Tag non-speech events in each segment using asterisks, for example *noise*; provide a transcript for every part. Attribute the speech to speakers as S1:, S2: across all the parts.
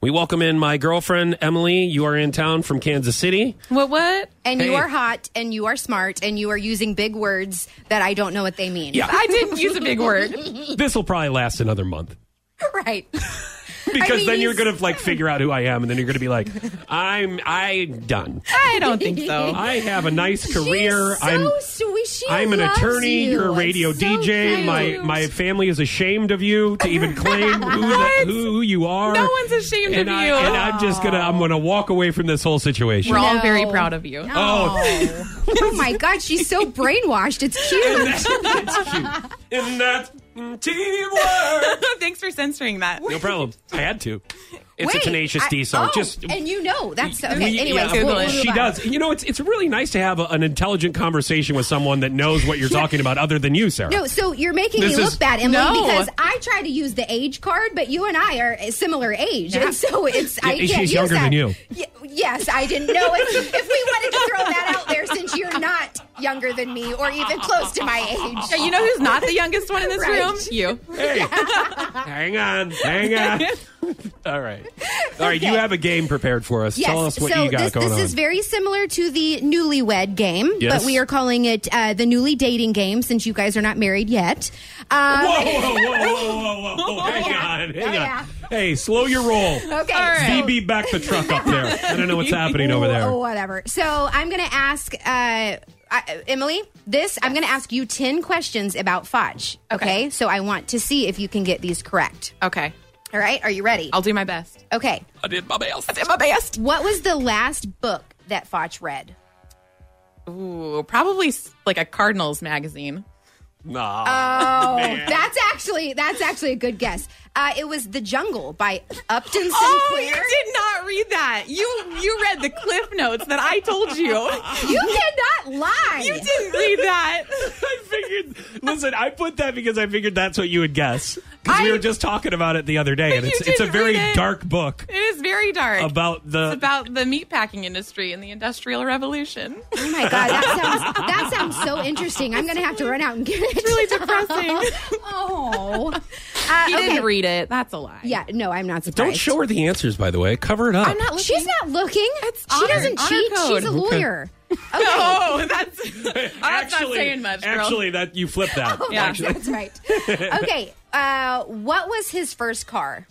S1: We welcome in my girlfriend, Emily. You are in town from Kansas City.
S2: What? What?
S3: And you
S1: Hey.
S3: are hot and you are smart and you are using big words that I don't know what they mean.
S1: Yeah.
S2: I didn't use a big word.
S1: This will probably last another month.
S3: *laughs* Right.
S1: Because
S3: mean,
S1: then you're
S3: he's-
S1: gonna like figure out who I am, and then you're gonna be like, "I'm I'm done.
S2: I don't think so.
S1: I have a nice career.
S3: She's so
S1: I'm
S3: sweet. She
S1: I'm an
S3: loves
S1: attorney.
S3: You.
S1: You. are a
S3: It's
S1: radio
S3: so
S1: DJ.
S3: cute.
S1: My my family is ashamed of you to even claim who, the,
S2: What?
S1: who you are. *laughs*
S2: No one's ashamed
S1: and
S2: of
S1: I,
S2: you.
S1: And I'm just gonna I'm gonna walk away from this whole situation.
S2: We're all
S3: No.
S2: very proud of you.
S1: *laughs*
S3: Oh. *laughs* oh my God, she's so brainwashed. It's cute.
S1: That's cute. And that's teamwork.
S2: *laughs* Thanks for censoring that.
S1: No problem. I had to. It's a
S3: Wait,
S1: Tenacious
S3: I-
S1: D song.
S3: oh,
S1: just
S3: and you know that's okay.
S1: We-
S3: anyway,
S1: yeah,
S2: Google it.
S1: she does. You know, it's it's really nice to have a, an intelligent conversation with someone that knows
S3: *laughs*
S1: what you're talking about, other than you, Sarah.
S3: No, so you're making
S1: This
S3: me
S1: is-
S3: look bad, Emily,
S2: No.
S3: because I try to use the age card, but you and I are a similar age, and so it's I
S1: Yeah,
S3: can't
S1: she's
S3: use
S1: younger
S3: that.
S1: than you.
S3: Y- yes, I didn't know if, if we wanted to throw that out there, since you're not younger than me or even close to my age.
S2: You know who's not the youngest one in this
S3: Right.
S2: room? You.
S1: Hey, *laughs* hang on, hang
S3: *laughs*
S1: on. All right, all right. You
S3: Okay.
S1: have a game prepared for us.
S3: Yes,
S1: Tell us what
S3: so
S1: you got
S3: this,
S1: going
S3: this
S1: on.
S3: is very similar to the newlywed game,
S1: Yes.
S3: but we are calling it uh, the newly dating game since you guys are not married yet.
S1: Whoa, whoa,
S3: Um, *laughs*
S1: whoa, whoa, whoa, whoa, whoa! Hang
S3: yeah.
S1: on, hang
S3: Oh,
S1: on.
S3: yeah.
S1: Hey, slow your roll.
S3: Okay,
S2: All right.
S3: so-
S1: BB, back the truck up there. I don't know
S3: *laughs*
S1: what's happening over there.
S3: Oh, whatever. So I'm going to ask uh, I, Emily this. I'm going to ask you 10 questions about Fudge. Okay?
S2: Okay.
S3: So I want to see if you can get these correct.
S2: Okay.
S3: All right. Are you ready?
S2: I'll do my best.
S3: okay.
S1: I did my best.
S2: I did my best.
S3: What was the last book that Foch read?
S2: Ooh, probably s- like a Cardinals magazine.
S1: Nah.
S3: Oh, *laughs* that's actually that's actually a good guess. Uh, it was The Jungle by Upton Sinclair.
S2: Oh, you did not read that. You you read the cliff notes that I
S1: *laughs*
S2: told you.
S3: You cannot lie.
S2: You didn't read that.
S1: I figured. Listen, I put that because I figured that's what you would guess. Because we
S2: I-
S1: were just talking about it the other day, and
S2: you
S1: it's it's a
S2: didn't
S1: very
S2: read it.
S1: dark book
S2: It is very dark.
S1: about the.
S2: It's about the meatpacking industry and the industrial revolution.
S3: Oh my god, that sounds that sounds so interesting. I'm gonna have to run out and get it. It's
S2: really *laughs* depressing.
S3: *laughs* oh, uh,
S2: You
S3: okay.
S2: didn't read it. That's a lie.
S3: Yeah, no, I'm not surprised.
S1: don't show her the answers, by the way. Cover it up.
S2: I'm not looking.
S3: She's not looking.
S2: It's
S3: she
S2: honor-
S3: doesn't
S2: honor
S3: cheat.
S2: code.
S3: She's a
S2: Okay.
S3: lawyer. Okay.
S2: *laughs* Oh, that's. that's not saying much, girl.
S1: actually, that you flip
S2: *laughs*
S1: that.
S3: Oh,
S2: Yeah.
S1: Actually,
S3: *laughs* that's right. Okay. Uh, what was his first car?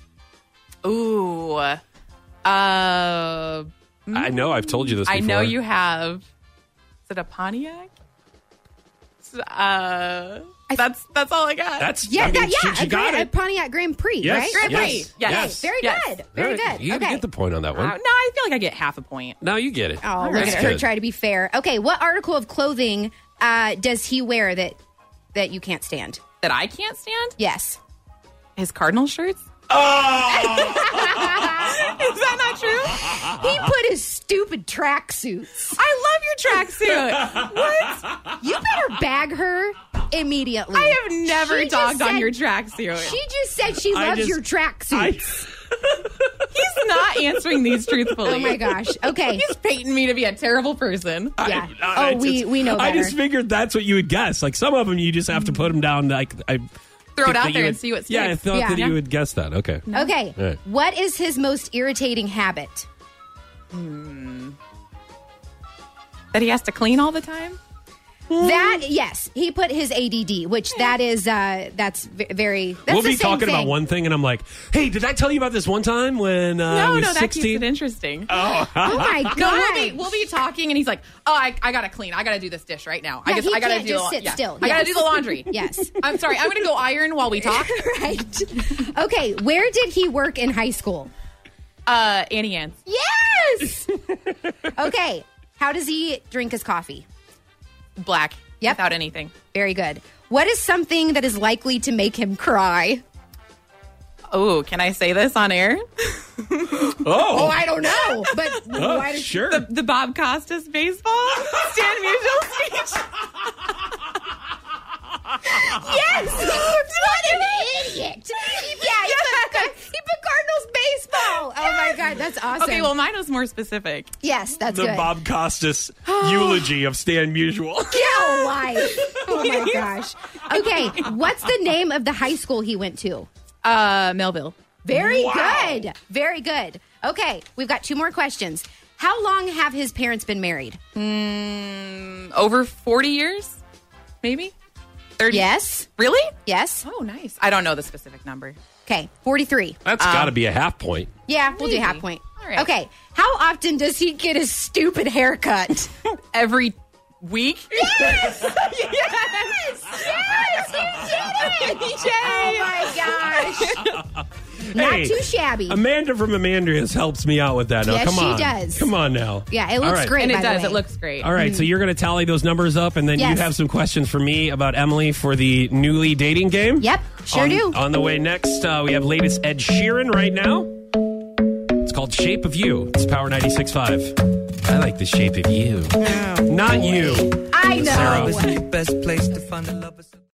S2: Ooh. Uh, I
S1: I know. I've told you this. Before.
S2: know you have. Is it a Pontiac? S- Uh, that's that's all I got.
S1: That's
S3: Yeah,
S1: I mean,
S3: that, yeah.
S1: she-
S3: a
S1: She, got
S3: Grand- a
S1: it.
S3: Pontiac Grand Prix,
S1: Yes.
S3: right?
S1: Grand
S2: Prix.
S3: Yes.
S2: Yes.
S3: Okay, Very
S2: Yes.
S3: good. Very
S1: All right,
S3: good.
S1: You
S3: okay.
S1: get the point on that
S2: Oh,
S1: one.
S2: no, I feel like I get half a point.
S1: No, you get it.
S3: oh,
S1: That's
S3: look at her
S1: good.
S3: try to be fair. Okay. What article of clothing uh, does he wear that that you can't stand?
S2: That I can't stand
S3: Yes.
S2: his Cardinal shirts. *laughs*
S1: Oh!
S2: Is that not true?
S3: He
S1: Uh-huh.
S3: put his stupid tracksuits.
S2: I love your
S1: *laughs*
S2: tracksuit. What?
S3: You better bag her immediately.
S2: I have never
S3: She just
S2: dogged on
S3: said-
S2: your tracksuit.
S3: She just said she
S1: I
S3: loves
S1: just-
S3: your tracksuits.
S1: I-
S2: He's not answering *laughs* these truthfully.
S3: Oh my gosh. Okay.
S2: He's painting me to be a terrible person.
S3: yeah.
S1: *laughs* I- I
S3: oh, we
S1: just-
S3: we know
S1: I
S3: better.
S1: just figured that's what you would guess. Like some of them, you just have to put them down. Like I
S2: Throw
S1: think
S2: it out
S1: that you
S2: there and
S1: would-
S2: see what
S1: Yeah, I
S2: sticks.
S1: thought
S3: Yeah.
S1: that
S3: Yeah.
S1: you would guess that. Okay.
S3: okay.
S1: All right.
S3: What is his most irritating habit?
S2: That he has to clean all the time?
S3: That
S1: Hmm.
S3: yes, he put his ADD, which that is uh that's v- very. That's
S1: we'll
S3: the
S1: be
S3: same
S1: talking
S3: thing.
S1: about one thing, and I'm like, "Hey, did I tell you about this one time when uh, I
S2: no,
S1: was
S2: no, that keeps
S1: 16?" *laughs*
S2: it interesting.
S3: *laughs* Oh my god.
S2: no, we'll be, we'll be talking, and he's like, "Oh, I, I gotta clean. I gotta do this dish right now.
S3: Yeah,
S2: I just,
S3: he
S2: I gotta
S3: can't
S2: do.
S3: just
S2: the-
S3: sit
S2: yeah.
S3: still.
S2: I gotta
S3: Yes.
S2: do the *laughs* laundry.
S3: Yes.
S2: I'm sorry. I'm gonna go iron while we talk.
S3: right. Okay. Where did he work in high school?
S2: Uh, Annie Ann's.
S3: Yes. *laughs* okay. How does he drink his coffee?
S2: black.
S3: Yep.
S2: without anything.
S3: Very good. What is something that is likely to make him cry?
S2: Oh, can I say this on air?
S3: Oh,
S1: Oh,
S3: I don't know. But
S1: oh,
S3: why does
S1: sure.
S2: The Bob Costas *laughs* baseball Stan Musial speech.
S3: Yes! *laughs* what an idiot! Yeah, he, put, he put Cardinals baseball. Oh my god, that's awesome.
S2: Okay, well, mine was more specific.
S3: yes, that's
S1: the
S3: good.
S1: Bob
S3: *sighs*
S1: Costas eulogy of Stan Musial. *laughs*
S3: Get a life. Oh my gosh. Okay, what's the name of the high school he went to?
S2: Uh, Melville.
S3: Very
S1: Wow.
S3: good. Very good. Okay, we've got two more questions. How long have his parents been married?
S2: Over 40 years, maybe? 30?
S3: Yes.
S2: Really?
S3: Yes.
S2: Oh, nice. I don't know the specific number.
S3: Okay, 43.
S1: That's got to be a half point.
S3: Yeah, we'll do
S2: Maybe.
S3: half point.
S2: All right.
S3: Okay, how often does he get his stupid haircut?
S2: Every week?
S3: yes!
S2: *laughs*
S3: Yes! You did it! Oh my gosh. Not
S1: Hey,
S3: too shabby.
S1: Amanda from Amandrius helps me out with that. Now,
S3: Yes,
S1: come
S3: she
S1: on.
S3: does.
S1: Come on now.
S3: Yeah, it
S1: All
S3: looks
S1: right.
S3: great.
S2: And
S3: by
S2: it
S3: the
S2: does.
S3: way.
S2: It looks great.
S1: All right, so you're going to tally those numbers up, and then
S3: Mm-hmm. Yes.
S1: you have some questions for me about Emily for the newly dating game.
S3: Yep, sure
S1: on,
S3: do.
S1: On the way next, uh, we have latest Ed Sheeran right now. It's called Shape of You. It's Power 96.5. I like the
S3: Oh.
S1: shape of you. Not you.
S3: I know.
S1: Sarah.
S4: Always the best place to find a lover.